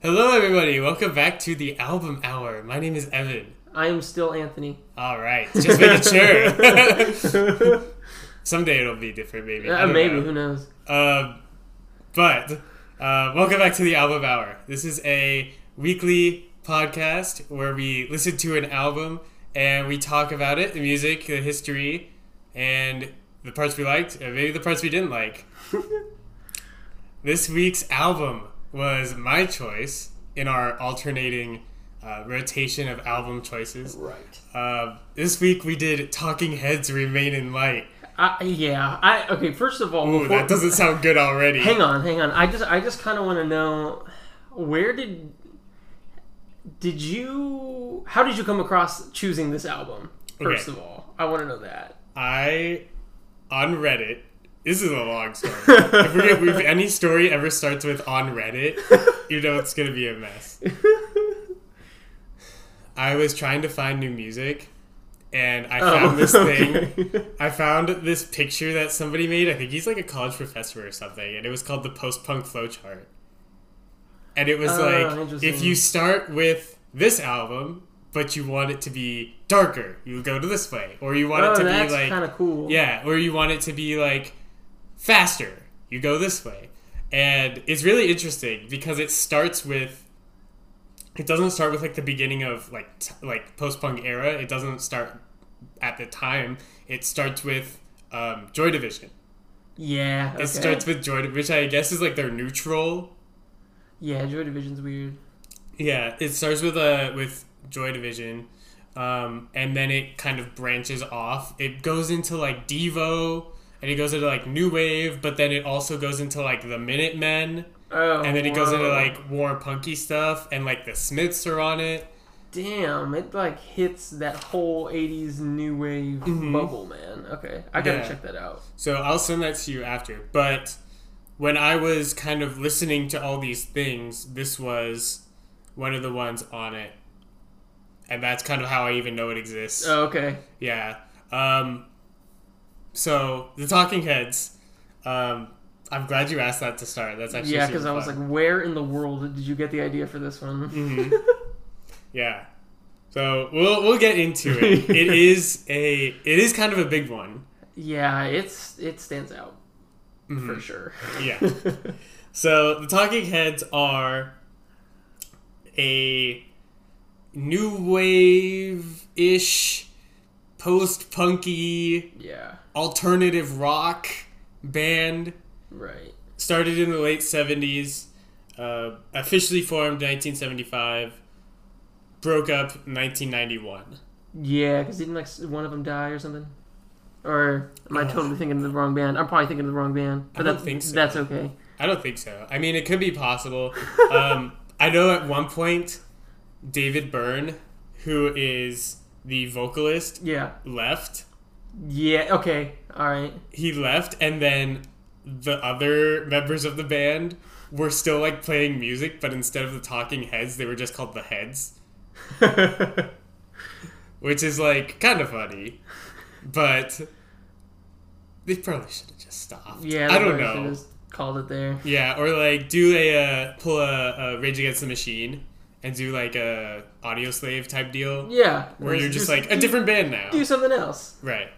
Hello, everybody. Welcome back to the Album Hour. My name is Evan. I'm still Anthony. All right, just making sure. Someday it'll be different, maybe. I Uh, don't maybe know. who knows? Um, but uh, welcome back to the Album Hour. This is a weekly podcast where we listen to an album and we talk about it, the music, the history, and the parts we liked, and maybe the parts we didn't like. this week's album was my choice in our alternating uh, rotation of album choices. Right. Uh, this week we did Talking Heads Remain in Light. I, yeah. I okay. First of all, Ooh, before- that doesn't sound good already. hang on, hang on. I just I just kind of want to know where did did you how did you come across choosing this album? First Okay. of all, I want to know that. I on Reddit. This is a long story. if, we, if we- any story ever starts with on Reddit, you know it's gonna be a mess. I was trying to find new music, and Oh, I found this thing. I found this picture that somebody made. I think he's like a college professor or something, and it was called the post punk flowchart. And it was Oh, like interesting. if you start with this album, but you want it to be darker, you go to this way, or you want Oh, it to that's be like kind of cool. yeah, or you want it to be like faster, you go this way. And it's really interesting because it starts with it doesn't start with like the beginning of like t- like post-punk era. It doesn't start at the time. It starts with um, Joy Division. Yeah. Okay. It starts with Joy, Div- which I guess is like their neutral. yeah. Joy Division's weird. Yeah, it starts with uh, with Joy Division, um, and then it kind of branches off. It goes into like Devo, and it goes into like new wave, but then it also goes into like the Minutemen, Oh. and then it goes into wow. like more punky stuff, and like the Smiths are on it. Damn, it like hits that whole '80s new wave bubble, man. Okay, I gotta Mm-hmm. Yeah. check that out. So I'll send that to you after. But when I was kind of listening to all these things, this was one of the ones on it. And that's kind of how I even know it exists. Oh, okay, Yeah. Um, so the Talking Heads. Um, I'm glad you asked that to start. That's actually yeah, because super I was fun. like, where in the world did you get the idea for this one? Mm-hmm. yeah. So we'll we'll get into it. it is a it is kind of a big one. yeah, it's it stands out Mm-hmm. for sure. Yeah. so the Talking Heads are a new wave ish, post punky Yeah, alternative rock band. right. started in the late 70s, uh, officially formed 1975, broke up 1991. Yeah, because didn't like s- one of them die or something? Or am I Ugh. totally thinking of the wrong band? I'm probably thinking of the wrong band, but Oh. don't that's think so. that's okay. I don't think so. I mean, it could be possible. Um, I know at one point, David Byrne, who is the vocalist, Yeah, left. yeah. Okay, all right. He left, and then the other members of the band were still like playing music, but instead of the Talking Heads, they were just called the Heads. which is like kind of funny, but they probably should have just stopped. yeah, I don't probably should've know. just Called it there. Yeah, or like do a uh, pull a, a Rage Against the Machine and do like a Audio Slave type deal Yeah, where let's you're just like a do- different band now, do something else. right?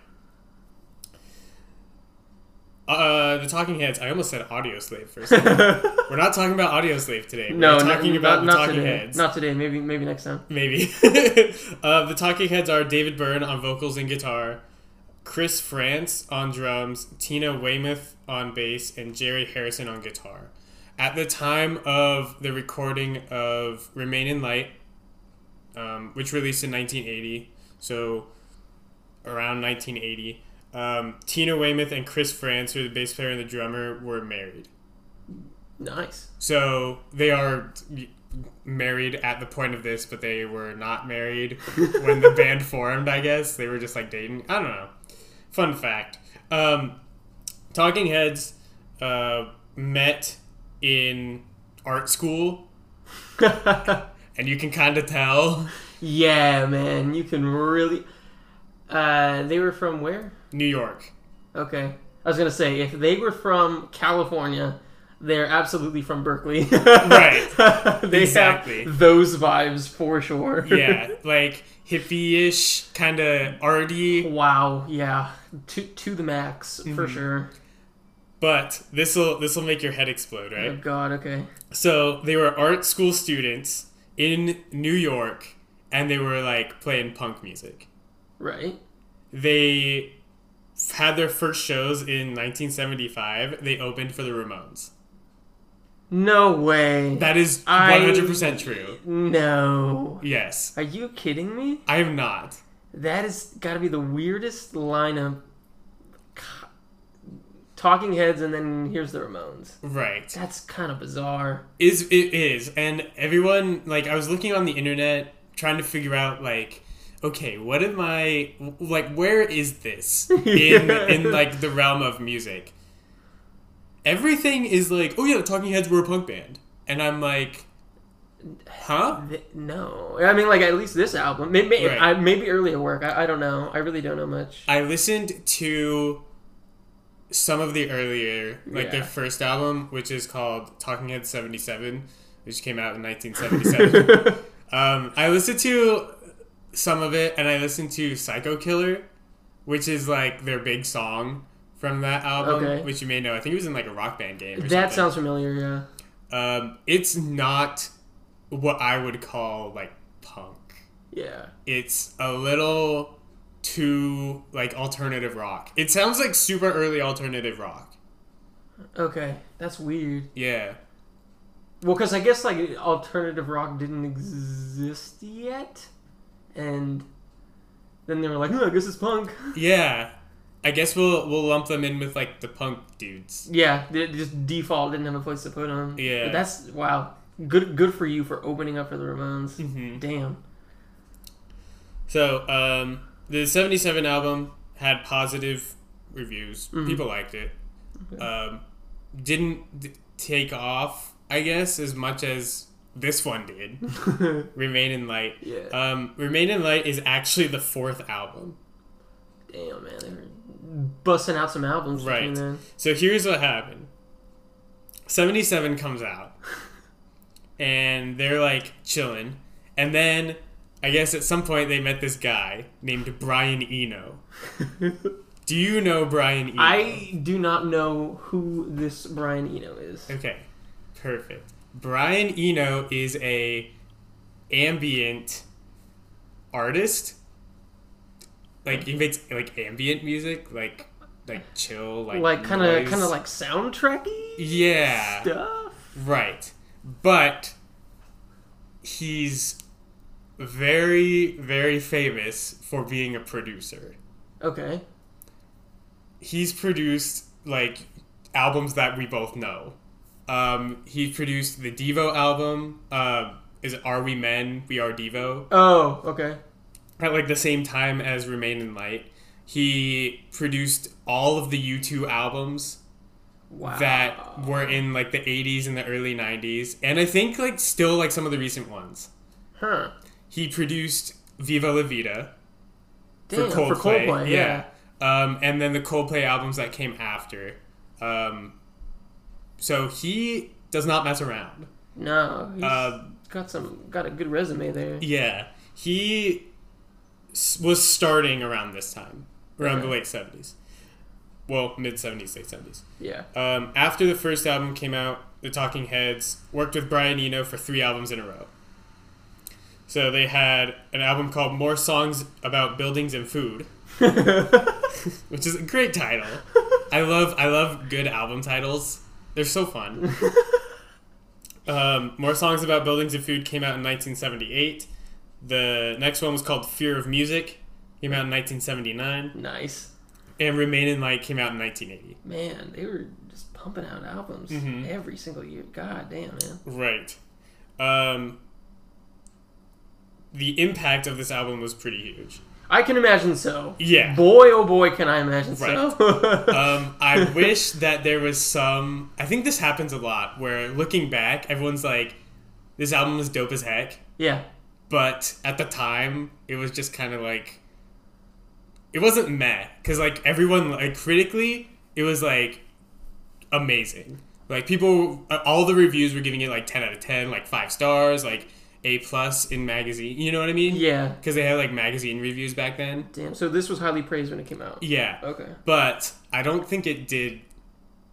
Uh, the Talking Heads. I almost said Audio Slave for a second. We're not talking about Audio Slave today. No, We're talking not, about the not, not Talking today. Heads. Not today. Maybe maybe next time. Maybe. uh, the Talking Heads are David Byrne on vocals and guitar, Chris France on drums, Tina Weymouth on bass, and Jerry Harrison on guitar. At the time of the recording of Remain in Light, um, which released in 1980, so around 1980, um, Tina Weymouth and Chris France, who are the bass player and the drummer, were married. Nice. So they are married at the point of this, but they were not married when the band formed, I guess. They were just like dating. I don't know. Fun fact. Um, Talking Heads uh, met in art school, and you can kind of tell yeah, man. You can really. Uh, they were from where? New York. Okay, I was gonna say if they were from California, they're absolutely from Berkeley. Right. they Exactly. have those vibes for sure. yeah, like hippie-ish, kind of arty. Wow. Yeah. To to the max Mm-hmm. for sure. But this will this will make your head explode, right? Oh God. Okay. So they were art school students in New York, and they were like playing punk music. Right. They f- had their first shows in 1975. They opened for the Ramones. No way. That is I- 100% true. no. Yes, Are you kidding me? I am not. That has got to be the weirdest lineup. Co- Talking Heads, and then here's the Ramones. Right. That's kind of bizarre. Is it is, and everyone like I was looking on the internet trying to figure out like, okay, what am I like? Where is this in Yeah. in like the realm of music? Everything is like, oh yeah, the Talking Heads were a punk band, and I'm like, huh? Th- No, I mean, like at least this album. Maybe, maybe, Right. I, maybe earlier work. I, I don't know. I really don't know much. I listened to some of the earlier, like their Yeah. first album, which is called Talking Heads '77, which came out in 1977. Um, I listened to some of it, and I listened to Psycho Killer, which is like their big song from that album, Okay. which you may know. I think it was in like a rock band game. Or that something. sounds familiar. Yeah. Um, it's not what I would call like punk. Yeah. It's a little too like alternative rock. It sounds like super early alternative rock. Okay, that's weird. Yeah. Well, because I guess like alternative rock didn't exist yet, and then they were like, "Oh, I guess it's punk." Yeah. I guess we'll we'll lump them in with like the punk dudes. Yeah, they they just default didn't have a place to put them. Yeah. But that's wow. Good, good for you for opening up for the Ramones. Mhm. Damn. So, um, the 77 album had positive reviews. Mm-hmm. People liked it. Um, didn't d- take off, I guess, as much as this one did. Remain in Light. Yeah. Um, Remain in Light is actually the fourth album. Damn, man, they were busting out some albums Right. between then. So here's what happened. 77 comes out. And they're like chilling. And then I guess at some point they met this guy named Brian Eno. Do you know Brian Eno? I do not know who this Brian Eno is. Okay. Perfect. Brian Eno is a ambient artist. Like he makes like ambient music, like like chill, like Like kind of, noise. kind of like soundtracky yeah. stuff. Right. But he's very, very famous for being a producer. Okay. He's produced, like, albums that we both know. Um, he produced the Devo album. Uh, is it Are We Men? We Are Devo. Oh, okay. At, like, the same time as Remain in Light. He produced all of the U2 albums Wow. that were in, like, the 80s and the early 90s. And I think, like, still, like, some of the recent ones. Huh. He produced Viva La Vida for Damn, Mm. for Coldplay. Coldplay, yeah. Um, and then the Coldplay albums that came after. Um, so he does not mess around. No, he's Um, got some, got a good resume there. Yeah. He s- was starting around this time, around the Okay. late 70s. Well, mid 70s, late 70s. Yeah. Um, after the first album came out, the Talking Heads worked with Brian Eno for three albums in a row. So they had an album called More Songs About Buildings and Food, which is a great title. I love I love good album titles. They're so fun. um, More Songs About Buildings and Food came out in 1978. The next one was called Fear of Music, came out in 1979, nice. and Remain in Light came out in 1980. Man, they were just pumping out albums Mm-hmm. every single year. God damn, man. Right. Um, the impact of this album was pretty huge. I can imagine so. Yeah. Boy, oh boy, can I imagine so. Um, I wish that there was some. I think this happens a lot where looking back, everyone's like, this album is dope as heck. yeah. But at the time, it was just kind of like. It wasn't meh. Because, like, everyone, like, critically, it was like amazing. Like people, uh, all the reviews were giving it like ten out of ten, like five stars, like a plus in magazine. You know what I mean? Yeah. Because they had like magazine reviews back then. Damn. So this was highly praised when it came out. Yeah. Okay. But I don't think it did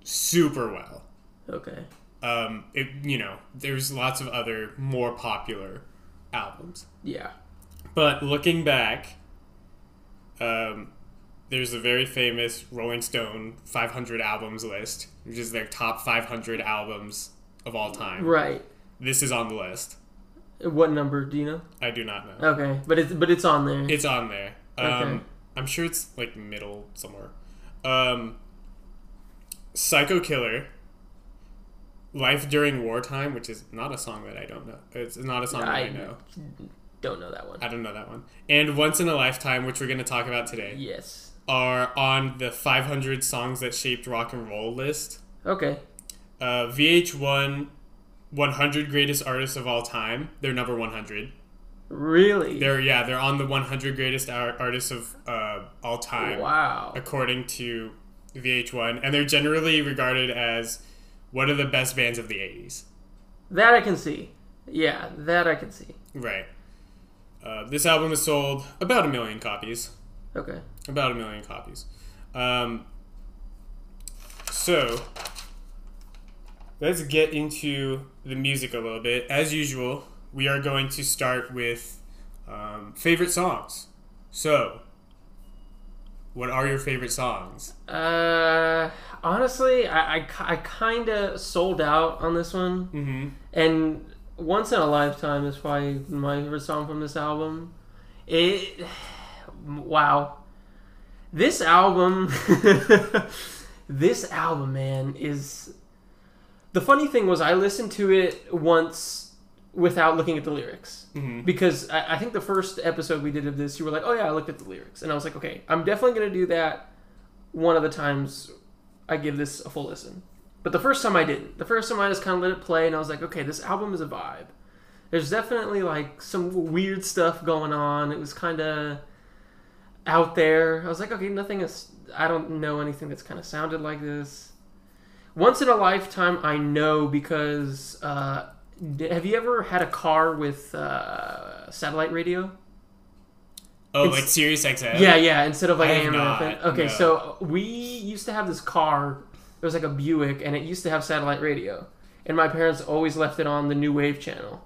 super well. Okay. Um, it you know there's lots of other more popular albums, Yeah. but looking back, um, there's a very famous Rolling Stone 500 albums list, which is their top 500 albums of all time. Right. This is on the list. What number do you know? I do not know. Okay, but it's but it's on there. It's on there. Um, Okay. I'm sure it's like middle somewhere. Um, Psycho Killer, Life During Wartime, which is not a song that I don't know. It's not a song that I I- know. Don't know that one. I don't know that one. And Once in a Lifetime, which we're going to talk about today, Yes. are on the 500 songs that shaped rock and roll list. Okay. Uh, VH1 100 Greatest Artists of All Time. They're number 100. Really? They're yeah, they're on the 100 Greatest ar- Artists of uh, All Time. wow. according to VH1, and they're generally regarded as one of the best bands of the 80s. That I can see. Yeah, that I can see. Right. Uh, this album has sold about a million copies. Okay. About a million copies. Um, so, let's get into the music a little bit. As usual, we are going to start with um, favorite songs. So, what are your favorite songs? Uh, honestly, I, I, ki- I kind of sold out on this one. Mm-hmm. And Once in a Lifetime is probably my favorite song from this album. It. Wow. This album. this album, man, is. The funny thing was, I listened to it once without looking at the lyrics. Because I, I think the first episode we did of this, you were like, oh yeah, I looked at the lyrics. And I was like, okay, I'm definitely going to do that one of the times I give this a full listen. But the first time I didn't. The first time I just kind of let it play and I was like, okay, this album is a vibe. There's definitely like some weird stuff going on. It was kind of out there. I was like, okay, nothing is. I don't know anything that's kind of sounded like this. Once in a lifetime, I know because uh, d- have you ever had a car with uh, satellite radio? Oh, It's- like Sirius XM? Yeah, yeah. Instead of like I have AM or not, FM. Okay, no. so we used to have this car. It was like a Buick, and it used to have satellite radio. And my parents always left it on the new wave channel.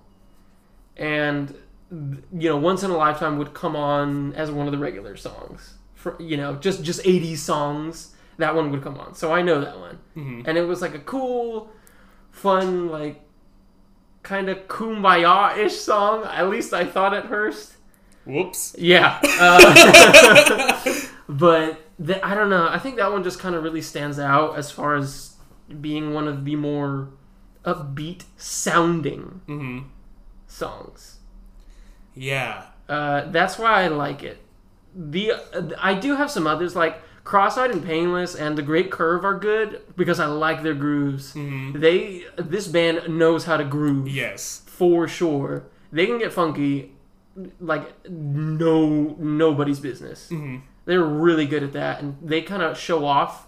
And th- you know, once in a lifetime would come on as one of the regular songs. For, you know, just just 80s songs. That one would come on. So I know that one. Mm-hmm. And it was like a cool, fun, like kind of kumbaya-ish song. At least I thought at first. Whoops. Yeah. uh, but the, I don't know. I think that one just kind of really stands out as far as being one of the more upbeat sounding Mm-hmm. songs. Yeah. Uh, that's why I like it. The uh, I do have some others like Cross-eyed and Painless and The Great Curve are good because I like their grooves. They this band knows how to groove Yes. for sure. They can get funky, like no nobody's business. Mm-hmm. They're really good at that, and they kind of show off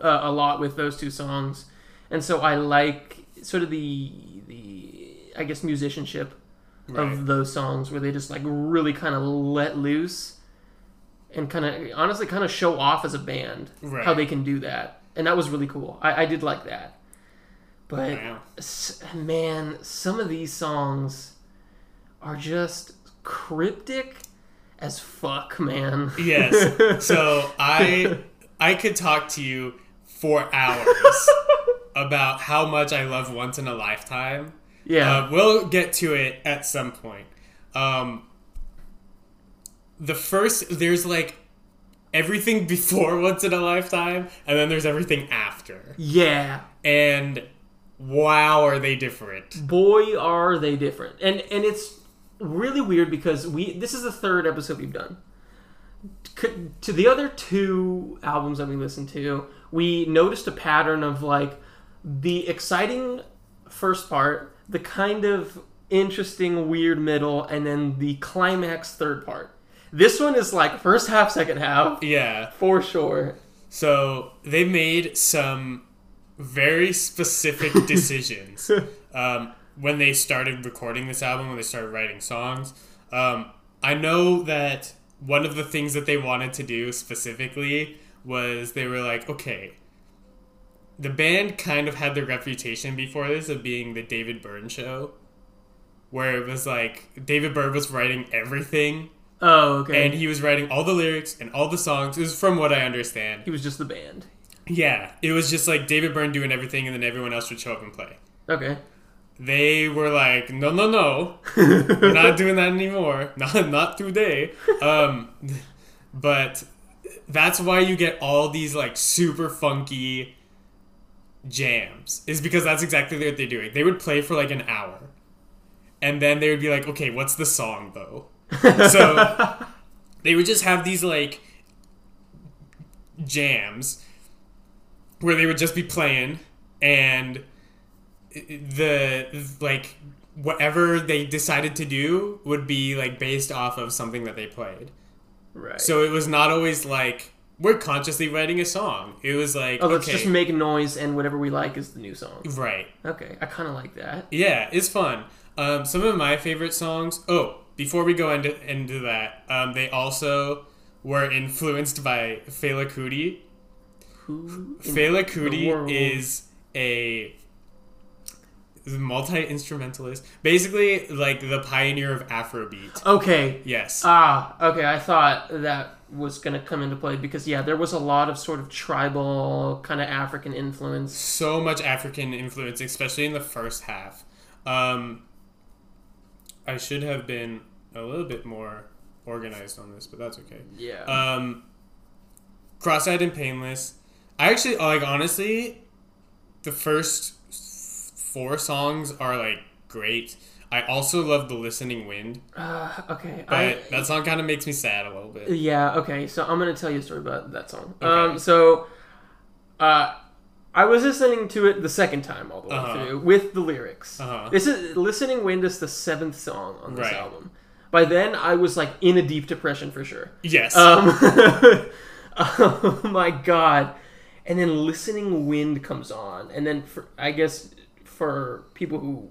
uh, a lot with those two songs. And so I like sort of the the I guess musicianship Right. of those songs where they just like really kind of let loose and kind of honestly kind of show off as a band how Right. they can do that. And that was really cool. I, I did like that. But Wow. s- man, some of these songs are just cryptic as fuck, man. Yes. so I I could talk to you for hours about how much I love Once in a Lifetime. yeah. Uh, we'll get to it at some point. Um, the first there's like everything before Once in a Lifetime, and then there's everything after. yeah. And wow, are they different? Boy are they different. And and it's really weird because we this is the third episode we've done. C- To the other two albums that we listened to, we noticed a pattern of like the exciting first part, the kind of interesting weird middle, and then the climax third part. This one is like first half, second half Yeah. for sure. So they made some very specific decisions um, when they started recording this album, when they started writing songs. Um, I know that one of the things that they wanted to do specifically was they were like, okay, the band kind of had the reputation before this of being the David Byrne show, where it was like David Byrne was writing everything Oh, okay. and he was writing all the lyrics and all the songs. It was from what I understand. he was just the band. Yeah, it was just like David Byrne doing everything, and then everyone else would show up and play. Okay. They were like, no, no, no, we're not doing that anymore. Not not today. Um, but that's why you get all these like super funky jams is because that's exactly what they're doing. They would play for like an hour, and then they would be like, okay, what's the song though? So they would just have these like jams where they would just be playing and the like whatever they decided to do would be like based off of something that they played. right. So it was not always like we're consciously writing a song. It was like oh, let's okay, just make noise and whatever we like is the new song. right, Okay, I kind of like that. yeah, it's fun. Um, some of my favorite songs. Oh, before we go into into that, um, they also were influenced by Fela Kuti. Who? in- Fela world. Kuti is a multi instrumentalist, basically like the pioneer of Afrobeat. Okay, Yes. Ah, okay. I thought that was going to come into play because yeah, there was a lot of sort of tribal kind of African influence. so much African influence, especially in the first half. Um, I should have been a little bit more organized on this, but that's okay. Yeah. Um, Cross-eyed and painless. I actually like honestly, the first f- four songs are like great. I also love the listening wind, Uh, okay. but I Uh, that song kind of makes me sad a little bit. yeah. Okay. So I'm going to tell you a story about that song. Okay. Um. So, uh, I was listening to it the second time all the way Uh-huh. through with the lyrics. Uh-huh. This is listening. Wind is the seventh song on this Right. album. By then, I was like in a deep depression for sure. Yes, Um, oh my god! And then listening wind comes on, and then for, I guess for people who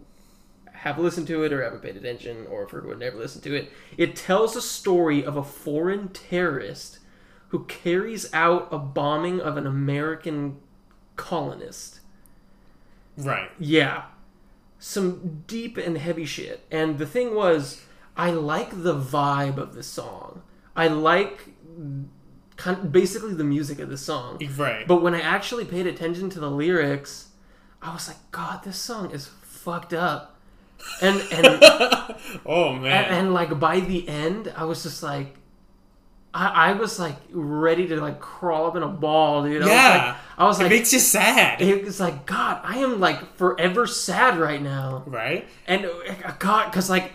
have listened to it or haven't paid attention, or for who have never listened to it, it tells a story of a foreign terrorist who carries out a bombing of an American colonist. right. Yeah. Some deep and heavy shit. And the thing was, I like the vibe of the song. I like kind basically the music of the song. Right. But when I actually paid attention to the lyrics, I was like, God, this song is fucked up. And and Uh, oh man. and, and, like by the end, I was just like, I, I was like ready to like crawl up in a ball, dude. Yeah. I was it like, I was like, makes you sad. it was like, God, I am like forever sad right now. right? And uh, God, because like,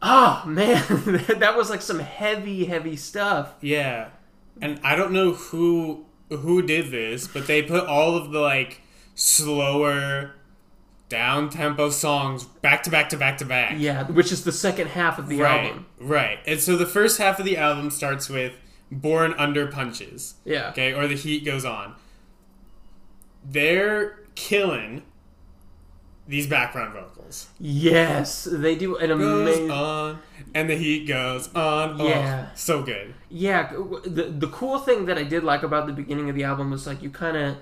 oh man, that was like some heavy, heavy stuff. Yeah. And I don't know who who did this, but they put all of the like slower down tempo songs back to back to back to back. Yeah, which is the second half of the Right. album. Right. And so the first half of the album starts with Born Under Punches. Yeah. Okay, or the heat goes on. They're killing these background vocals. Yes, they do an Goes amazing. on and the heat goes on. Yeah. Oh, so good. Yeah, w- the the cool thing that I did like about the beginning of the album was like you kind of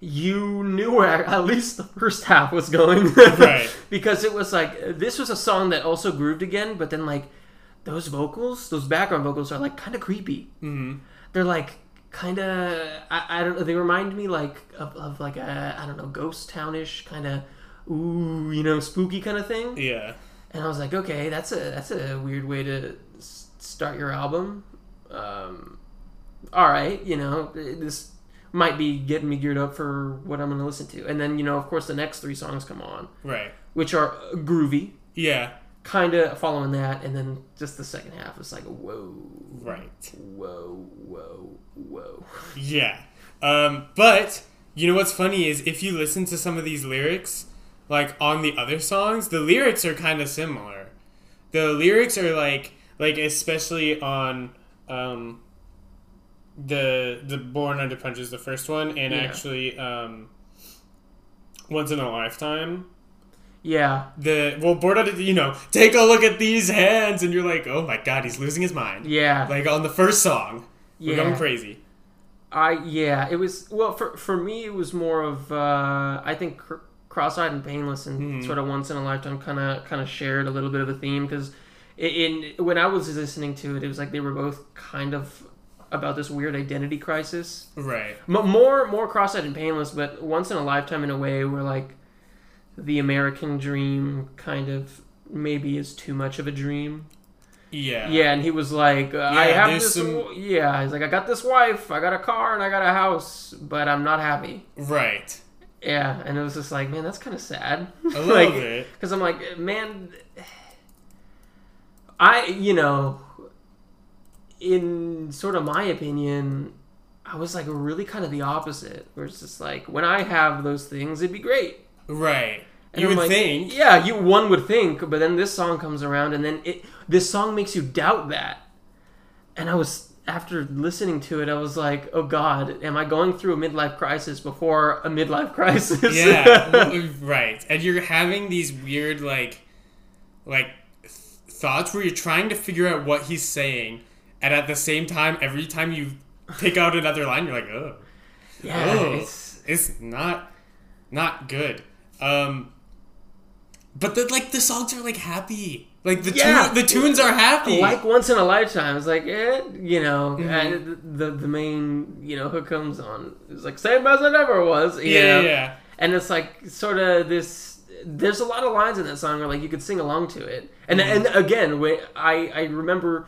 you knew where at least the first half was going, Right. because it was like this was a song that also grooved again, but then like those vocals, those background vocals are like kind of creepy. Mhm. They're like kind of I, I don't know. They remind me like of, of like a I don't know ghost townish kind of ooh you know spooky kind of thing. Yeah. And I was like, okay, that's a that's a weird way to s- start your album. Um, all right, you know, this might be getting me geared up for what I'm going to listen to. And then, you know, of course, the next three songs come on, Right. which are groovy, Yeah. kind of following that, and then just the second half is like, whoa, Right. whoa, whoa, whoa. Yeah. Um, but you know what's funny is if you listen to some of these lyrics, like on the other songs, the lyrics are kind of similar. The lyrics are like like especially on um, the the Born Under Punches, the first one, and Yeah. actually um, once in a lifetime. Yeah. The well, Bordeaux, did, you know, take a look at these hands, and you're like, oh my god, he's losing his mind. Yeah. Like on the first song, yeah. we're going crazy. I yeah, it was well for for me it was more of uh, I think cr- cross-eyed and painless and Mhm. sort of once in a lifetime kind of kind of shared a little bit of a theme because in when I was listening to it, it was like they were both kind of about this weird identity crisis. Right. M- more more cross-eyed and painless, but once in a lifetime in a way where like the American dream kind of maybe is too much of a dream. Yeah. Yeah, and he was like, uh, I Yeah, have there's this. some- w- Yeah, he's like, I got this wife, I got a car, and I got a house, but I'm not happy. Right. Yeah, and it was just like, man, that's kind of sad. A little like, bit. because I'm like, man, I, you know, in sort of my opinion, I was like really kind of the opposite. Where it's just like, when I have those things, it'd be great. Right. And you I'm would like, think. Yeah, you one would think, but then this song comes around, and then it this song makes you doubt that. And I was after listening to it, I was like, oh god, am I going through a midlife crisis before a midlife crisis? Yeah. well, uh, right. And you're having these weird like, like th- thoughts where you're trying to figure out what he's saying, and at the same time, every time you pick out another line, you're like, oh. yeah. Oh. It's, It's not not good. Um but the like the songs are like happy. Like the Yeah. tune, the tunes are happy. like once in a lifetime, it's like, eh, you know, Mm-hmm. and the the main you know hook comes on. It's like same as it ever was. you yeah, know? yeah, yeah. and it's like sort of this there's a lot of lines in that song where like you could sing along to it and Mm-hmm. and again when i i remember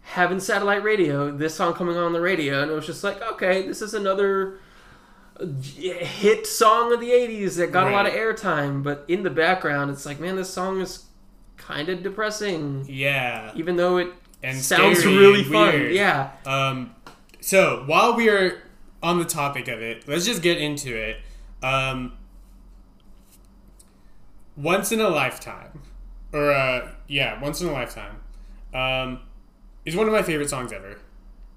having satellite radio this song coming on the radio and it was just like okay this is another uh, hit song of the 80s that got a lot of Right. airtime but in the background it's like man this song is kind of depressing Yeah. even though it And sounds scary really and fun weird. yeah Um so while we are on the topic of it, let's just get into it. Um Once in a Lifetime. Or uh yeah, Once in a Lifetime. Um is one of my favorite songs ever.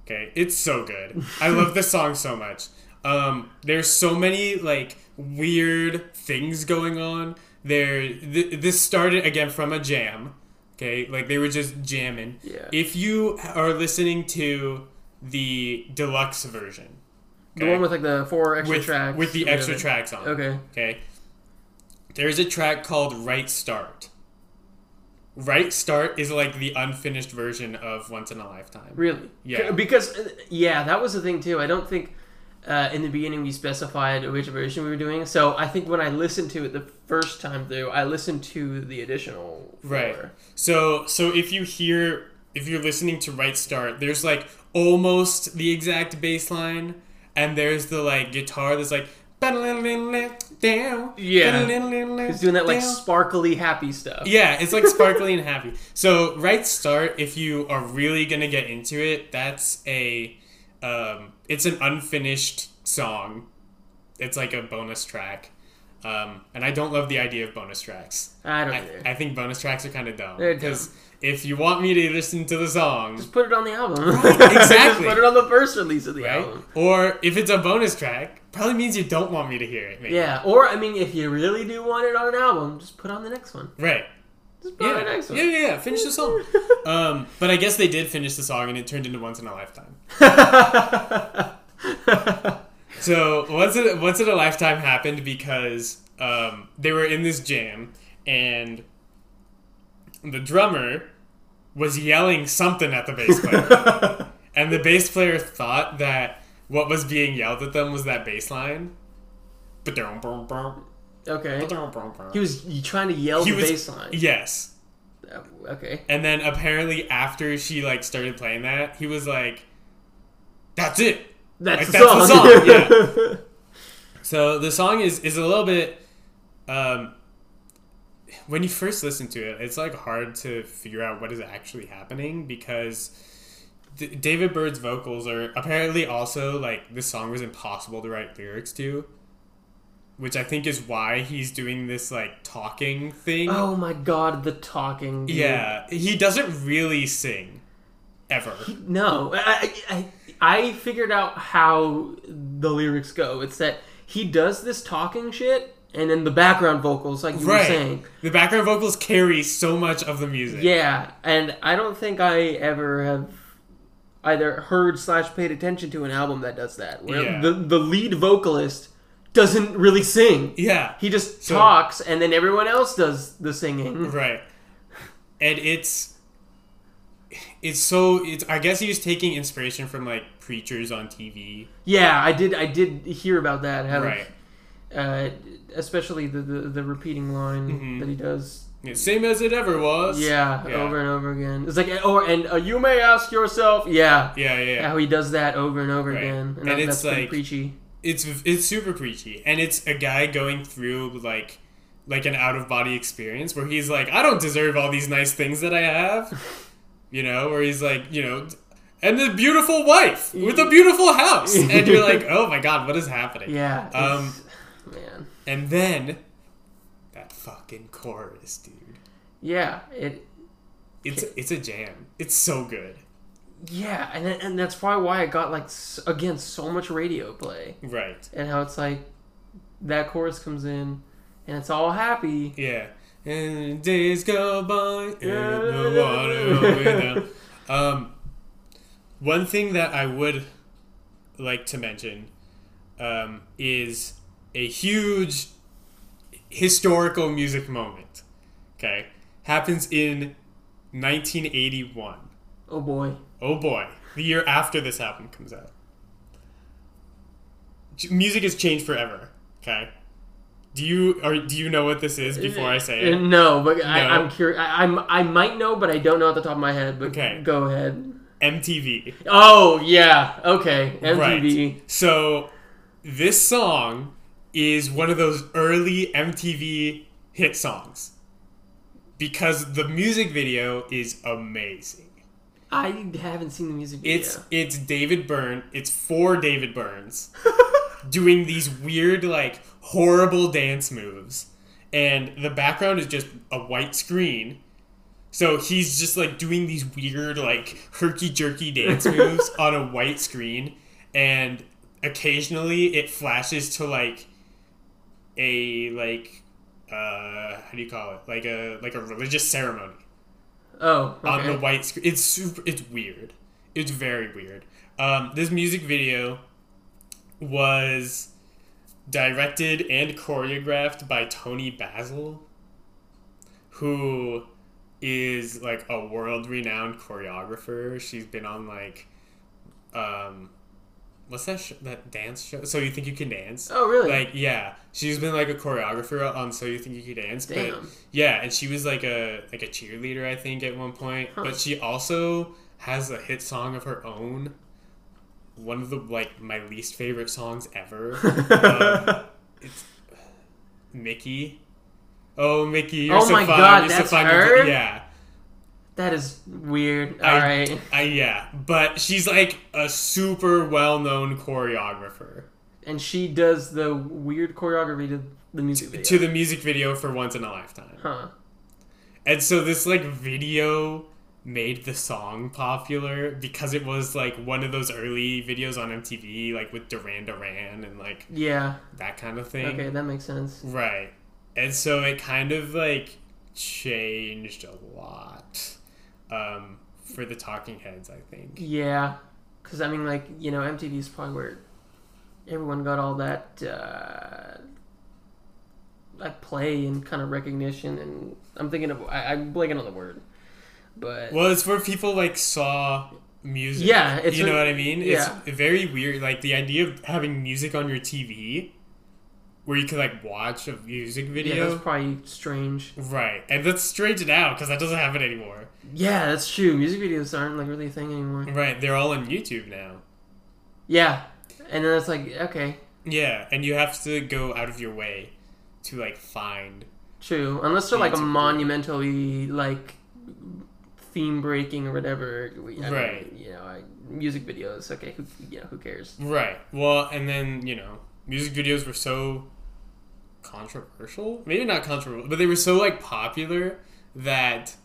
Okay, it's so good. I love this song so much. Um, there's so many like weird things going on. There, th- this started again from a jam. Okay, like they were just jamming. Yeah. If you are listening to the deluxe version, the one with like the four extra with, tracks with the or extra whatever. tracks on, okay Okay. There's a track called Right Start. Right Start is like the unfinished version of Once in a Lifetime. Really? Yeah. Because uh, yeah, that was the thing too. I don't think uh, in the beginning we specified which version we were doing. So I think when I listened to it the first time through, I listened to the additional. four. Right. So so if you hear if you're listening to Right Start, there's like almost the exact bass line and there's the like guitar that's like Yeah. It's doing that like sparkly happy stuff. Yeah, it's like sparkly and happy. So right start, if you are really gonna get into it, that's a um it's an unfinished song. It's like a bonus track. Um, and I don't love the idea of bonus tracks. I don't I, know. I think bonus tracks are kind of dumb They're dumb. because if you want me to listen to the song, Just put it on the album. Just exactly. put it on the first release of the right? album. Or if it's a bonus track, probably means you don't want me to hear it. Maybe. Yeah. Or I mean, if you really do want it on an album, just put on the next one. Right. Just put Yeah. on the next one. yeah. Yeah. Yeah. Finish the song. um, but I guess they did finish the song, and it turned into Once in a Lifetime. So once in, once in a lifetime happened because um, they were in this jam and the drummer was yelling something at the bass player, and the bass player thought that what was being yelled at them was that bass line. He okay. He was trying to yell the bass line. yes, Oh, Okay. and then apparently after she like started playing that, he was like, "That's it, That's, Like, the, that's song. the So the song is is a little bit um when you first listen to it, it's like hard to figure out what is actually happening because D- David Byrd's vocals are apparently also like this song was impossible to write lyrics to, which I think is why he's doing this like talking thing. Oh my god, the talking. dude. yeah, he doesn't really sing ever. No, I, I, I I figured out how the lyrics go. It's that he does this talking shit, and then the background vocals, like you were Right. saying. The background vocals carry so much of the music. Yeah, and I don't think I ever have either heard slash paid attention to an album that does that. Where Yeah. the the lead vocalist doesn't really sing. Yeah. He just So- talks, and then everyone else does the singing. Right. And it's it's so it's I guess he was taking inspiration from like preachers on TV. Yeah, I did. I did hear about that. How Right. Uh, especially the, the the repeating line Mhm. that he does. Yeah, Same as it ever was. Yeah, Yeah. over and over again. It's like, or and uh, you may ask yourself, yeah, Yeah, yeah. yeah. how he does that over and over Right. again, And that- it's that's pretty like- preachy. It's it's super preachy. And it's a guy going through like like an out of body experience where he's like, I don't deserve all these nice things that I have. You know, where he's like, you know, and the beautiful wife with a beautiful house. And you're like, oh my god, what is happening? Yeah. Um, it's- man. And then that fucking chorus, dude. Yeah. It. It's it's a jam. It's so good. Yeah, and then- and that's probably why I got like s- again so much radio play, Right. and how it's like that chorus comes in, and it's all happy. Yeah. And days go by in the water. way down. Um, one thing that I would like to mention um, is a huge historical music moment. Okay, happens in 1981. Oh boy. Oh boy, the year after this album comes out. J- Music has changed forever. Okay, do you or do you know what this is before I say Uh, it? No, but I, No. I'm curious. I, I'm I might know, but I don't know at the top of my head. But Okay. go ahead. MTV. Oh yeah. Okay. MTV. Right. So this song is one of those early MTV hit songs because the music video is amazing. I haven't seen the music video. It's it's David Byrne. It's for David Burns doing these weird like horrible dance moves, and the background is just a white screen. So he's just like doing these weird like herky jerky dance moves on a white screen, and occasionally it flashes to like a like uh how do you call it like a like a religious ceremony oh. Okay. on the white screen. It's super. It's weird. It's very weird. Um, this music video was directed and choreographed by Tony Basil, who is like a world-renowned choreographer. She's been on like, um, what's that sh- that dance show? So you think you can dance? oh really? Like yeah, she's been like a choreographer on So You Think You Can Dance, but Damn. yeah, and she was like a like a cheerleader I think at one point, Huh. but she also has a hit song of her own. One of the like my least favorite songs ever. um, it's Mickey. Oh Mickey, you're Oh so my fun. God, you're that's so fun. her? Yeah. that is weird. All I- right. I, yeah, but she's like a super well-known choreographer. And she does the weird choreography to the music video. to the music video for Once in a Lifetime. huh. And so this like video made the song popular because it was like one of those early videos on MTV, like with Duran Duran and like Yeah. that kind of thing. Okay, that makes sense. Right. And so it kind of like changed a lot um, for the Talking Heads, I think. Yeah, because I mean, like you know, MTV is probably where everyone got all that uh, like play and kind of recognition. And I'm thinking of I, I'm blanking on the word, but Well, it's where people like saw music. Yeah, it's you know a- what I mean. yeah. It's very weird. Like the idea of having music on your TV, where you could like watch a music yeah, video. that's probably strange. Right, and that's straightened out because that doesn't happen anymore. Yeah, that's true. Music videos aren't like really a thing anymore. Right, they're all on YouTube now. Yeah, and then it's like okay, Yeah, and you have to go out of your way to like find. true. Unless they're like a Music video. monumentally like theme breaking or whatever. we- I mean, Right. you know, I, music videos. Okay, who, you know, who cares? Right. Well, and then you know, music videos were so controversial. Maybe not controversial, but they were so like popular that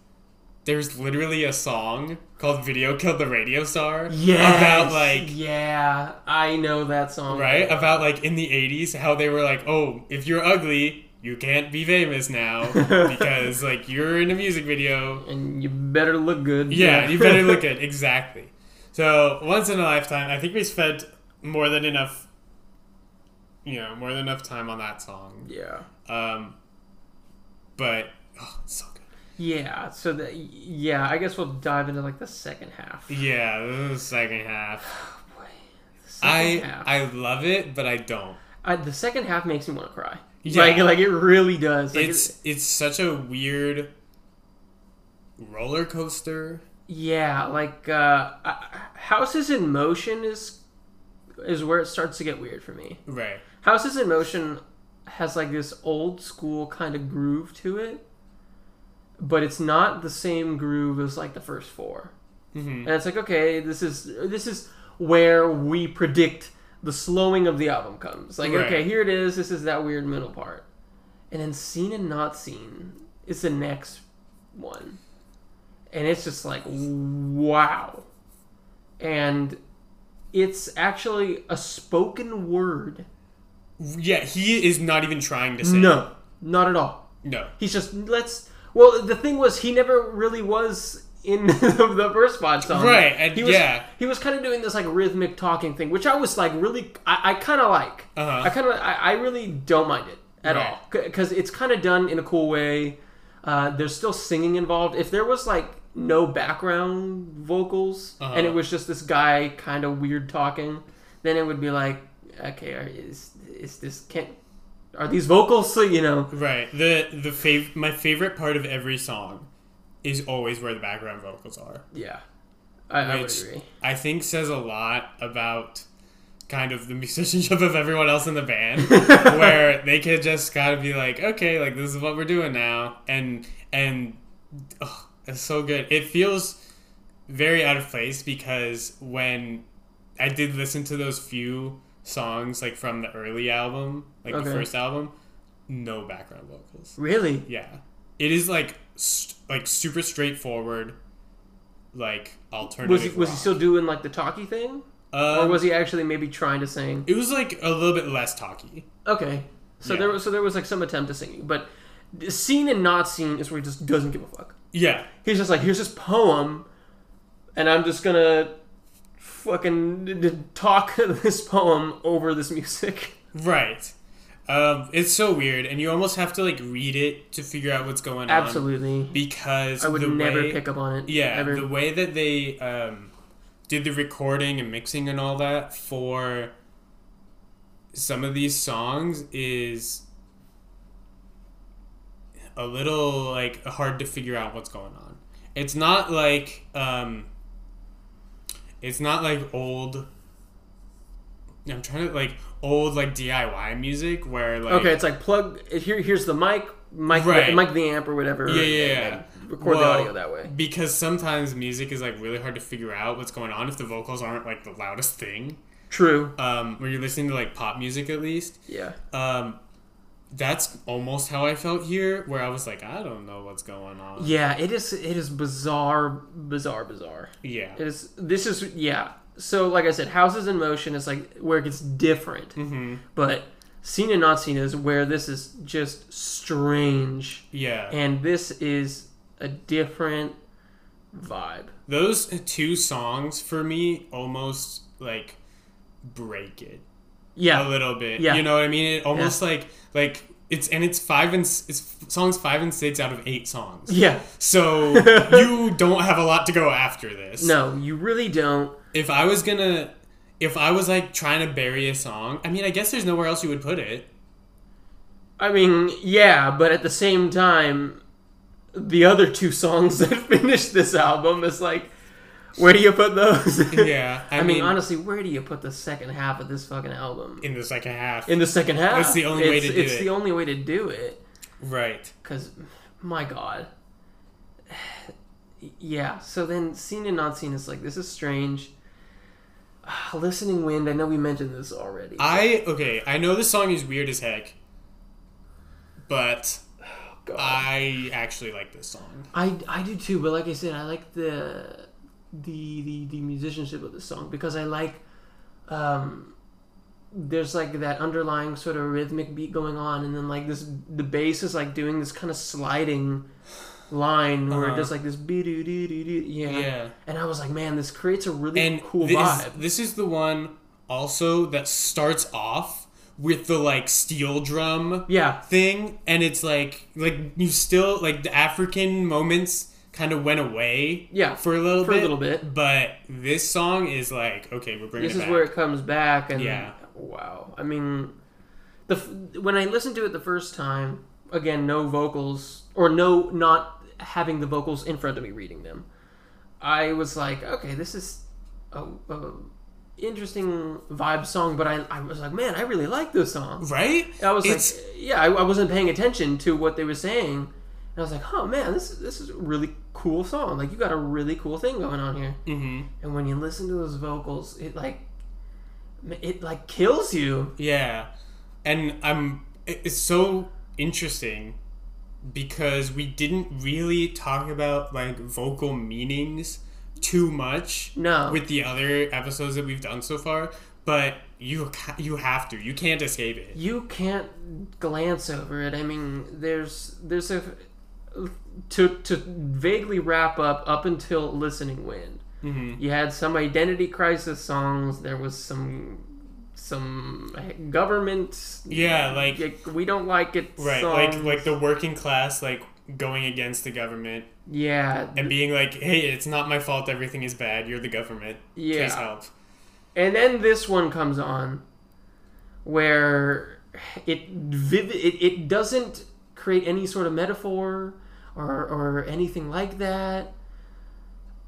there's literally a song called "Video Killed the Radio Star." Yeah. About like Yeah, I know that song. right about like in the 80s how they were like oh if you're ugly you can't be famous now because like you're in a music video And you better look good. yeah you better look good exactly so once in a lifetime i think we spent more than enough you know more than enough time on that song Yeah. um but oh, it's so good Yeah. So that yeah, I guess we'll dive into like the second half. yeah this is the second half Oh, boy. The second i half. i love it but i don't I, the second half makes me want to cry. Yeah. Like like it really does. Like, it- it's it's such a weird roller coaster yeah, like uh, I- Houses in Motion is is where it starts to get weird for me. right Houses in Motion has like this old school kind of groove to it, but it's not the same groove as like the first four. Mhm. And it's like, okay, this is this is where we predict the slowing of the album comes. Like, Right. okay, here it is. This is that weird middle part, and then seen and not seen is the next one, and it's just like wow, and it's actually a spoken word. Yeah, he is not even trying to say. No, not at all. No. He's just let's. Well, the thing was, he never really was in the first pod song, Right, and he was, yeah. he was kind of doing this like rhythmic talking thing, which I was like really, I, I kind of like. Uh-huh. I kind of, I, I really don't mind it at Right. all because it's kind of done in a cool way. Uh, there's still singing involved. If there was like no background vocals and it Uh-huh. was just this guy kind of weird talking, then it would be like, okay, are, is is this can are these vocals? So, you know, Right. The the fav- my favorite part of every song is always where the background vocals are. Yeah, I, I would Which- agree. I think says a lot about kind of the musicianship of everyone else in the band where they could just kind of be like, "Okay, like this is what we're doing now." And and ugh, it's so good. It feels very out of place because when I did listen to those few songs like from the early album, like Okay. the first album, no background vocals. Really? Yeah, it is like st- like super straightforward, like alternative. Was he was he rock. still doing like the talky thing, Um, or was he actually maybe trying to sing? it was like a little bit less talky. Okay, so Yeah. there was so there was like some attempt to singing, but seen and not seen is where he just doesn't give a fuck. Yeah, He's just like, here's this poem, and I'm just gonna fucking d- d- talk this poem over this music. right. Um, it's so weird, and you almost have to like read it to figure out what's going on. Absolutely, Because I would Um, the never way, pick up on it. Yeah, ever. the way that they um, did the recording and mixing and all that for some of these songs is a little like hard to figure out what's going on. It's not like um, it's not like old. I'm trying to like old like DIY music where like okay, it's like plug here. Here's the mic, mic, Right. the, mic the amp or whatever. Yeah, yeah, and- yeah. and Record the Well, audio that way. because sometimes music is like really hard to figure out what's going on if the vocals aren't like the loudest thing True. um when you're listening to like pop music at least Yeah. um that's almost how i felt here where i was like i don't know what's going on Yeah, it is it is bizarre, bizarre, bizarre. yeah It is this is yeah. So like I said, houses in motion is like where it gets different. hmm But seen and not seen is where this is just strange. yeah And this is a different vibe. those two songs for me almost like break it a Yeah. little bit Yeah. you know what i mean it almost like like it's and it's five and s- it's songs five and six out of eight songs Yeah. So you don't have a lot to go after this. No, you really don't. If I was gonna, if I was like trying to bury a song, I mean, I guess there's nowhere else you would put it. I mean, yeah, but at the same time, the other two songs that finished this album is like, where do you put those? Yeah, I, I mean, mean, honestly, where do you put the second half of this fucking album? in the second half, In the second half, That's the only way It's- to do It's it. the only way to do it. right? Cause, my God, yeah. So then, seen and not seen is like this is strange. Ah, Listening wind. I know we mentioned this already. I okay. I know this song is weird as heck, but God. I actually like this song. I I do too, but like I said, I like the the the, the musicianship of the song because I like um there's like that underlying sort of rhythmic beat going on and then like this the bass is like doing this kind of sliding line where it Uh-huh. does like this be do do do do yeah. and I was like man this creates a really and cool this, vibe This is the one also that starts off with the like steel drum yeah thing, and it's like like you still like the African moments kind of went away yeah for a little For a bit, little bit. But this song is like okay, we're bringing this it is back. where it comes back and Yeah. wow i mean the f- when i listened to it the first time again no vocals or no not having the vocals in front of me reading them i was like okay this is a, a interesting vibe song but I, I was like man i really like this song right? i was It's- like yeah I, I wasn't paying attention to what they were saying and i was like oh man this, is- this is a really cool song like you got a really cool thing going on here Mhm. and when you listen to those vocals it like it like kills you Yeah, and I'm. it- It's so interesting because we didn't really talk about like vocal meanings too much. No. with the other episodes that we've done so far, but you ca- you have to. You can't escape it. you can't glance over it i mean there's there's a to to vaguely wrap up up until listening wind Mm-hmm. you had some identity crisis songs there was some some government Yeah, like like, we don't like it right, songs. like like the working class, like going against the government yeah and being like, hey, it's not my fault. Everything is bad. You're the government. yeah Please help. And then this one comes on where it vivid it, it doesn't create any sort of metaphor or or anything like that.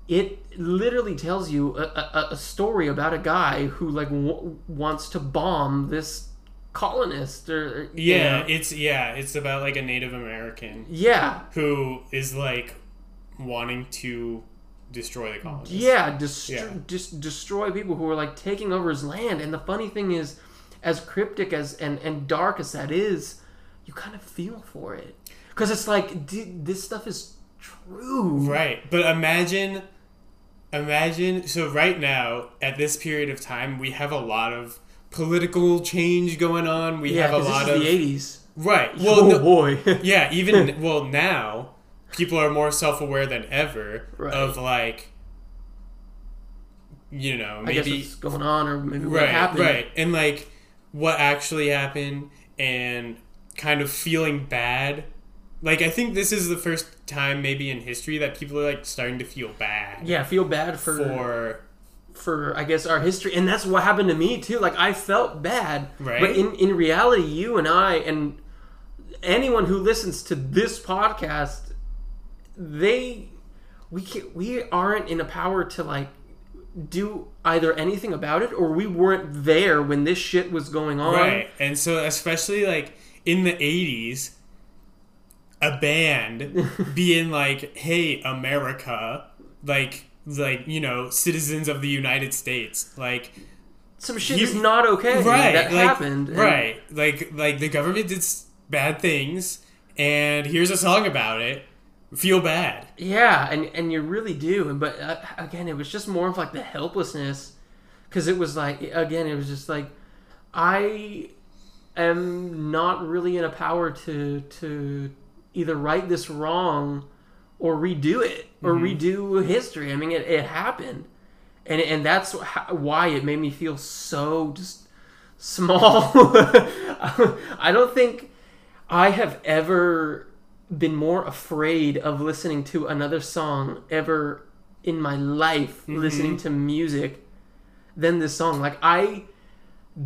It literally tells you a, a, a story about a guy who like w- wants to bomb this colonist or or, you Yeah, know. it's yeah, it's about like a Native American yeah who is like wanting to destroy the colonies. Yeah, dest- Yeah. just destroy people who are like taking over his land. And the funny thing is, as cryptic as and and dark as that is, you kind of feel for it because it's like d- this stuff is true. Right. But imagine imagine so right now at this period of time we have a lot of political change going on. We Yeah, have a 'cause lot this of is the '80s. Right. Well, oh no- boy. yeah, even Hmm. well now people are more self-aware than ever Right. of like you know, I maybe guess what's going on, or maybe right, what happened. Right, and like what actually happened, and kind of feeling bad. Like I think this is the first time maybe in history that people are like starting to feel bad Yeah, I feel bad for, for for I guess our history, and that's what happened to me too. Like I felt bad, Right. but in in reality, you and I and anyone who listens to this podcast, they we can't, we aren't in a power to like do either anything about it, or we weren't there when this shit was going on. right, and so especially like in the eighties, a band being like, "Hey, America," like like you know, citizens of the United States, like Some shit You- is not okay. right that like, happened. and- right like like the government did s- bad things and here's a song about it feel bad Yeah, and and you really do. And but uh, again, it was just more of like the helplessness, because it was like again, it was just like I am not really in a power to to either right this wrong or redo it or Mm-hmm. redo history. I mean, it, it happened, and and that's wh- why it made me feel so just small. I don't think I have ever been more afraid of listening to another song ever in my life Mm-hmm. listening to music than this song. Like I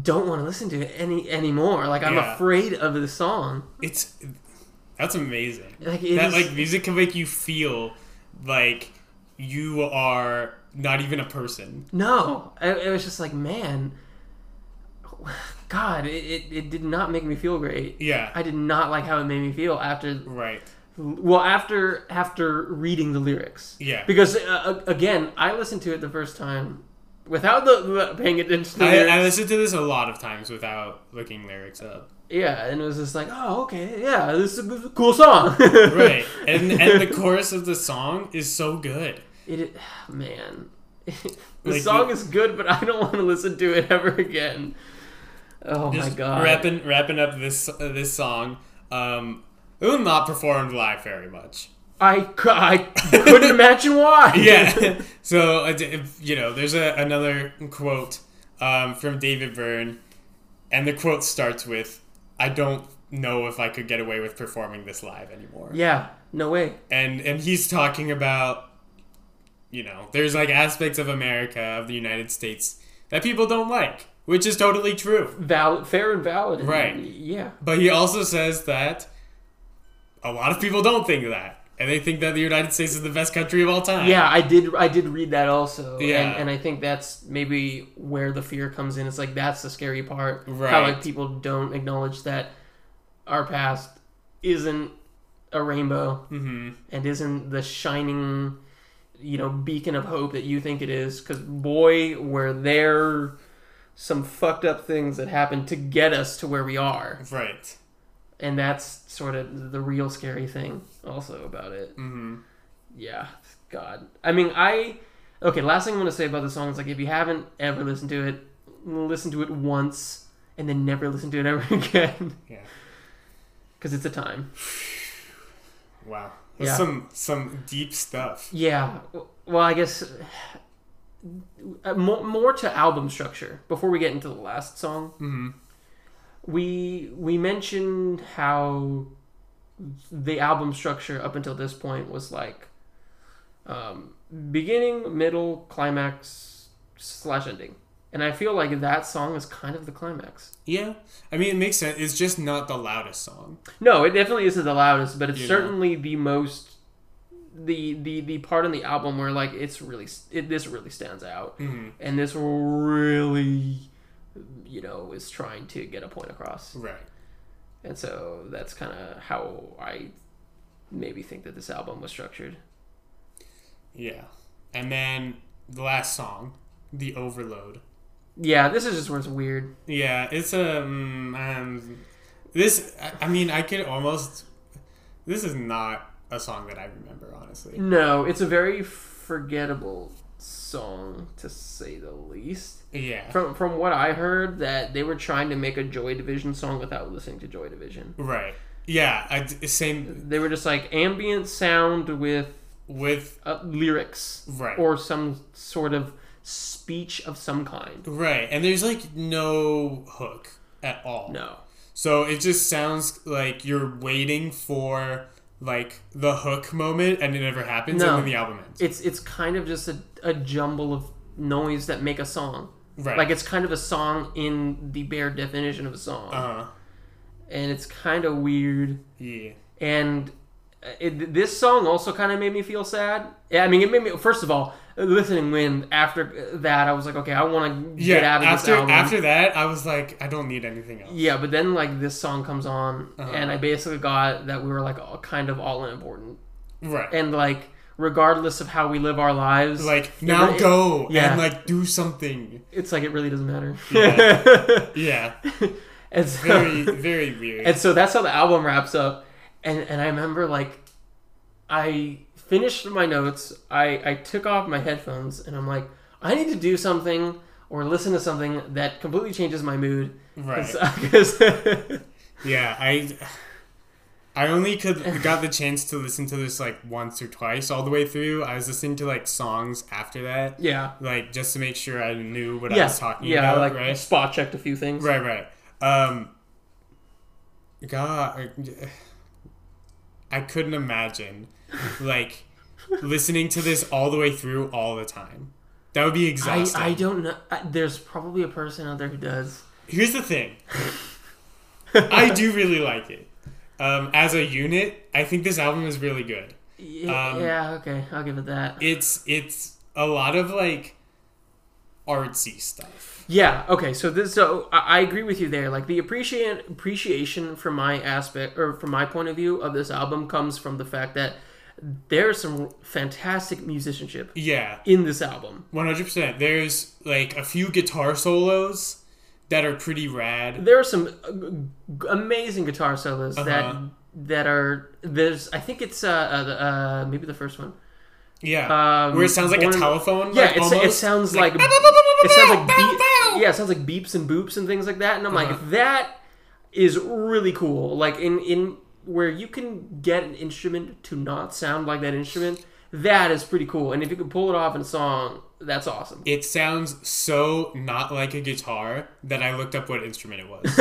don't want to listen to it any anymore. Like I'm Yeah. afraid of the song. it's that's amazing Like it that is- like music can make you feel like you are not even a person No, I, it was just like, man, God, it, it, it did not make me feel great. yeah I did not like how it made me feel after, right well, after after reading the lyrics. yeah Because uh, a- again, I listened to it the first time without the, the- paying attention. To the I, lyrics. I listened to this a lot of times without looking lyrics up yeah, and it was just like, oh, okay, yeah, this is a cool song. right. And and the chorus of the song is so good. It, man, the Like, song you- is good, but I don't want to listen to it ever again. Oh my Just god! Wrapping wrapping up this uh, this song. Um, it was not performed live very much. I, cou- I couldn't imagine why. yeah. So uh, d- if- you know, there's a, another quote um, from David Byrne, and the quote starts with, "I don't know if I could get away with performing this live anymore." yeah, no way. And and he's talking about, you know, there's like aspects of America of the United States that people don't like, which is totally true. Valid, fair and valid. and- Right. Yeah. But he also says that a lot of people don't think that, and they think that the United States is the best country of all time. Yeah, I did. I did read that also. Yeah. and, and I think that's maybe where the fear comes in. It's like that's the scary part. How Right. like people don't acknowledge that our past isn't a rainbow hmm and isn't the shining, you know, beacon of hope that you think it is. Because boy, were there some fucked up things that happened to get us to where we are, Right. and that's sort of the real scary thing also about it. hmm Yeah, God. I mean, I. Okay, last thing I'm going to say about the song is like, if you haven't ever listened to it, listen to it once and then never listen to it ever again. Yeah. Because it's a time. Wow. That's Yeah. some some deep stuff. Yeah. w- Well, I guess. uh, More, more to album structure before we get into the last song. Mm-hmm. we we mentioned how the album structure up until this point was like um, beginning, middle, climax slash ending, and I feel like that song is kind of the climax. Yeah. I mean, it makes sense. It's just not the loudest song. No, it definitely isn't the loudest, but it's Yeah. certainly the most the the the part in the album where like it's really it, this really stands out, Mm-hmm. and this really you know is trying to get a point across. Right. And so that's kind of how I maybe think that this album was structured. Yeah. And then the last song, the Overload. Yeah, this is just where it's weird. Yeah, it's a um, um this. I, I mean, I could almost. This is not a song that I remember, honestly. No, it's a very forgettable song to say the least. Yeah. From from what I heard that they were trying to make a Joy Division song without listening to Joy Division. Right. Yeah. I d same They were just like ambient sound with with uh, lyrics right. or some sort of speech of some kind. right. And there's like no hook at all. No. So it just sounds like you're waiting for like the hook moment and it never happens No. and then the album ends. It's it's kind of just a, a jumble of noise that make a song. Right. Like it's kind of a song in the bare definition of a song, uh-huh. and it's kind of weird. Yeah. And uh, it, this song also kind of made me feel sad. Yeah, I mean, it made me. First of all, listening when after that, I was like, okay, I want to Yeah. get out of after this album. after that I was like, I don't need anything else. yeah, but then like this song comes on, Uh-huh. and I basically got that we were like all kind of all unimportant, Right. and like regardless of how we live our lives, like now it- go yeah. and like do something. it's like it really doesn't matter. Yeah. and so, Very very weird. And so that's how the album wraps up. And and I remember like I finished my notes, I, I took off my headphones and I'm like, I need to do something or listen to something that completely changes my mood. right. 'Cause- 'cause- Yeah, I I only could got the chance to listen to this like once or twice all the way through. I was listening to like songs after that. yeah. Like just to make sure I knew what I Yeah. was talking yeah, about, like right? spot checked a few things. Right, right. Um, God, I couldn't imagine like listening to this all the way through all the time. That would be I, exhausting. I don't know. I, there's probably a person out there who does. Here's the thing. I do really like it. Um, as a unit, I think this album is really good. Yeah, Um, yeah, okay. I'll give it that. It's it's a lot of like artsy stuff. Yeah. Okay. So this. So I, I agree with you there. Like the appreciation appreciation from my aspect or from my point of view of this album comes from the fact that there's some fantastic musicianship Yeah, in this album. one hundred percent. There's like a few guitar solos that are pretty rad. There are some uh, g- amazing guitar solos Uh-huh. that that are there's. I think it's uh, uh, the- uh maybe the first one. Yeah, Um, where it sounds like a Born- telephone. Yeah, like, it's, it almost. sounds like, it sounds like beep, yeah, it sounds like beeps and boops and things like that. And I'm Uh-huh. like, that is really cool. Like in in where you can get an instrument to not sound like that instrument, that is pretty cool. And if you can pull it off in a song, that's awesome. It sounds so not like a guitar that I looked up what instrument it was.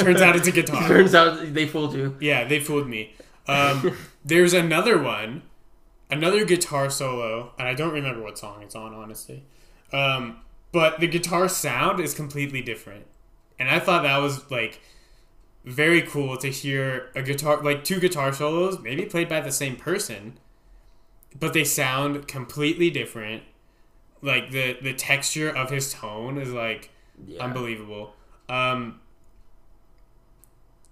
Turns out it's a guitar. Turns out they fooled you. Yeah, they fooled me. Um, there's another one, another guitar solo, and I don't remember what song it's on, honestly. Um, but the guitar sound is completely different. And I thought that was like very cool to hear a guitar, like two guitar solos, maybe played by the same person, but they sound completely different. Like the, the texture of his tone is like Yeah. unbelievable. Um,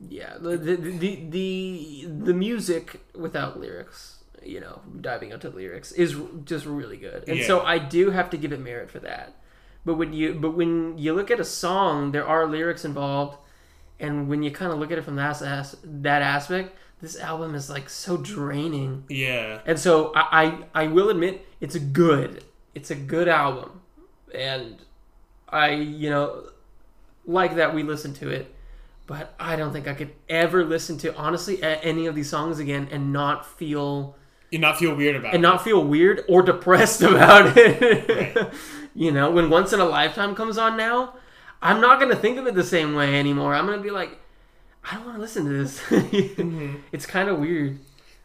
Yeah, the the, the the the music without lyrics, you know, diving into lyrics is just really good, and so Yeah. I do have to give it merit for that. But when you but when you look at a song, there are lyrics involved, and when you kind of look at it from that as, that aspect, this album is like so draining. yeah. And so I, I I will admit it's a good it's a good album, and I you know like that we listened to it, but I don't think I could ever listen to honestly a- any of these songs again and not feel You not feel weird about it. and not feel weird or depressed about it. you know, when Once in a Lifetime comes on now, I'm not gonna think of it the same way anymore. I'm gonna be like, I don't want to listen to this. Mm-hmm. It's kind of weird.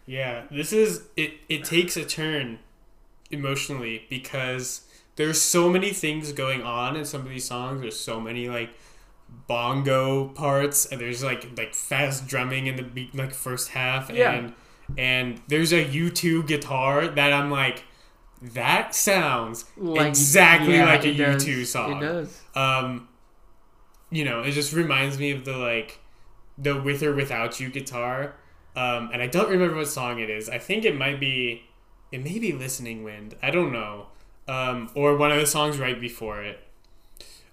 Yeah, this is it. It takes a turn emotionally because there's so many things going on in some of these songs. There's so many like bongo parts, and there's like like fast drumming in the be- like first half, Yeah. and and there's a U two guitar that I'm like, that sounds exactly yeah, like a it does. U2 song It does. um you know it just reminds me of the like the with or without you guitar um and i don't remember what song it is i think it might be it may be listening wind i don't know um or one of the songs right before it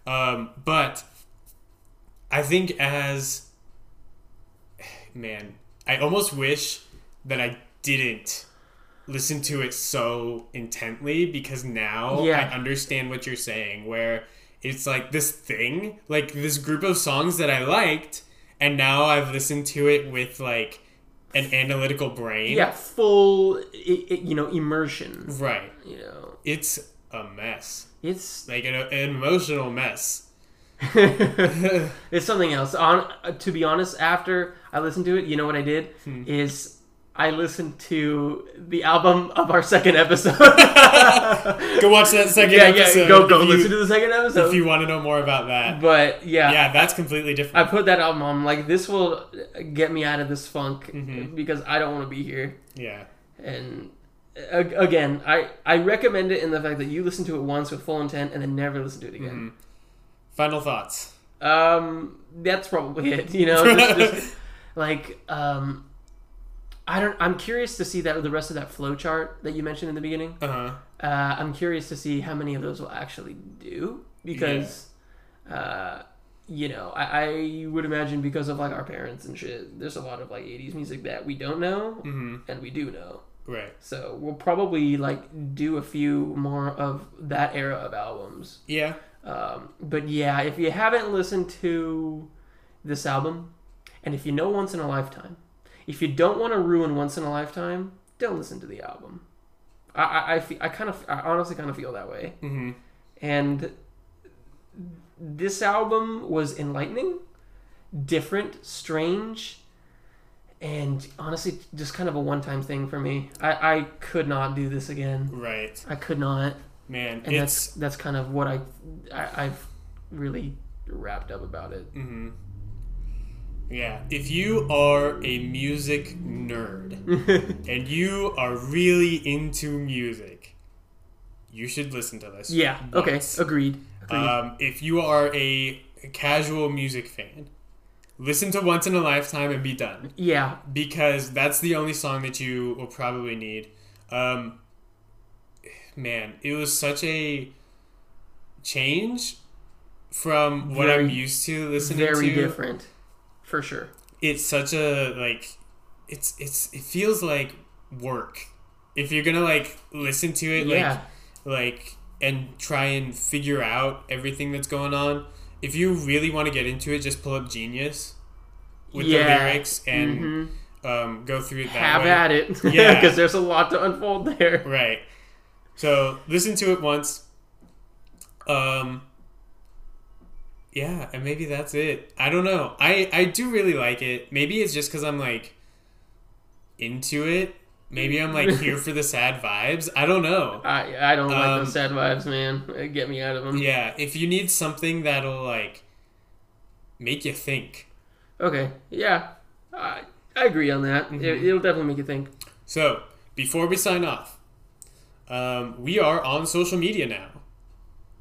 um but i think as man i almost wish that i didn't listen to it so intently because now Yeah. i understand what you're saying where it's like this thing, like this group of songs that I liked, and now I've listened to it with like an analytical brain. Yeah, full, i i you know, immersion. Right. You know, It's a mess. it's Like an, an emotional mess. it's something else. On uh, to be honest, after I listened to it, you know what I did Hmm. is I listened to the album of our second episode. yeah, Go watch that second episode. yeah, go go if you, listen to the second episode. if you want to know more about that. but Yeah, that's completely different. I put that album on. Like this will get me out of this funk Mm-hmm. because I don't want to be here. yeah. And a- again, I I recommend it in the fact that you listen to it once with full intent and then never listen to it again. Final thoughts. Um, that's probably it. You know, just, just, like um, I don't. I'm curious to see that the rest of that flow chart that you mentioned in the beginning. Uh huh. Uh, I'm curious to see how many of those will actually do because. Uh, you know, I, I would imagine because of like our parents and shit, there's a lot of like 80s music that we don't know and we do know. Mm-hmm. Right. So we'll probably like do a few more of that era of albums. Yeah. Um, but yeah, if you haven't listened to this album, and if you know Once in a Lifetime, if you don't want to ruin Once in a Lifetime, don't listen to the album. I I, I, fe- I kind of I honestly kind of feel that way. Mhm. And this album was enlightening, different, strange, and honestly just kind of a one-time thing for me. I I could not do this again. Right. I could not Man, and that's it's that's kind of what I, I I've really wrapped up about it. Yeah, if you are a music nerd and you are really into music, you should listen to this. Yeah. Okay. once. Agreed. Agreed. Um, if you are a casual music fan, listen to Once in a Lifetime and be done yeah. because that's the only song that you will probably need. Um, man, it was such a change from what Very- I'm used to listening Very to. different, for sure. It's such a like, it's it's it feels like work. If you're gonna like listen to it, yeah, like like and try and figure out everything that's going on. If you really want to get into it, just pull up Genius with Yeah. the lyrics and Mhm. um, go through it that have way. at it. Yeah. because there's a lot to unfold there. Right. So listen to it once. Um Yeah, and maybe that's it. I don't know. I I do really like it. Maybe it's just cuz I'm like into it. Maybe I'm like here for the sad vibes. I don't know. I I don't like Um, those sad vibes, man. Uh, Get me out of them. Yeah, if you need something that'll like make you think. Okay, yeah, I I agree on that. Mm-hmm. It, it'll definitely make you think. So, before we sign off, um, we are on social media now.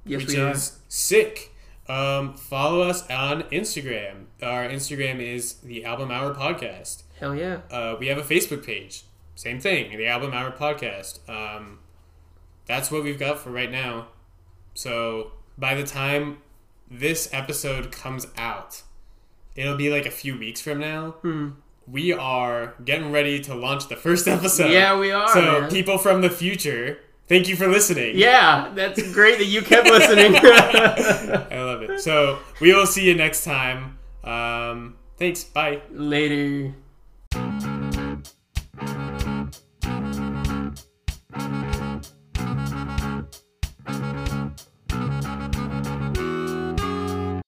Yes, which we are. is sick. Um, follow us on Instagram. Our Instagram is the Album Hour Podcast. Hell yeah. Uh, we have a Facebook page. Same thing, the Album Hour Podcast. Um, that's what we've got for right now. So by the time this episode comes out, it'll be like a few weeks from now. Hmm. We are getting ready to launch the first episode. yeah, we are. So man. people from the future, thank you for listening. Yeah, that's great that you kept listening. I love it. So we will see you next time. Um, thanks. Bye. Later.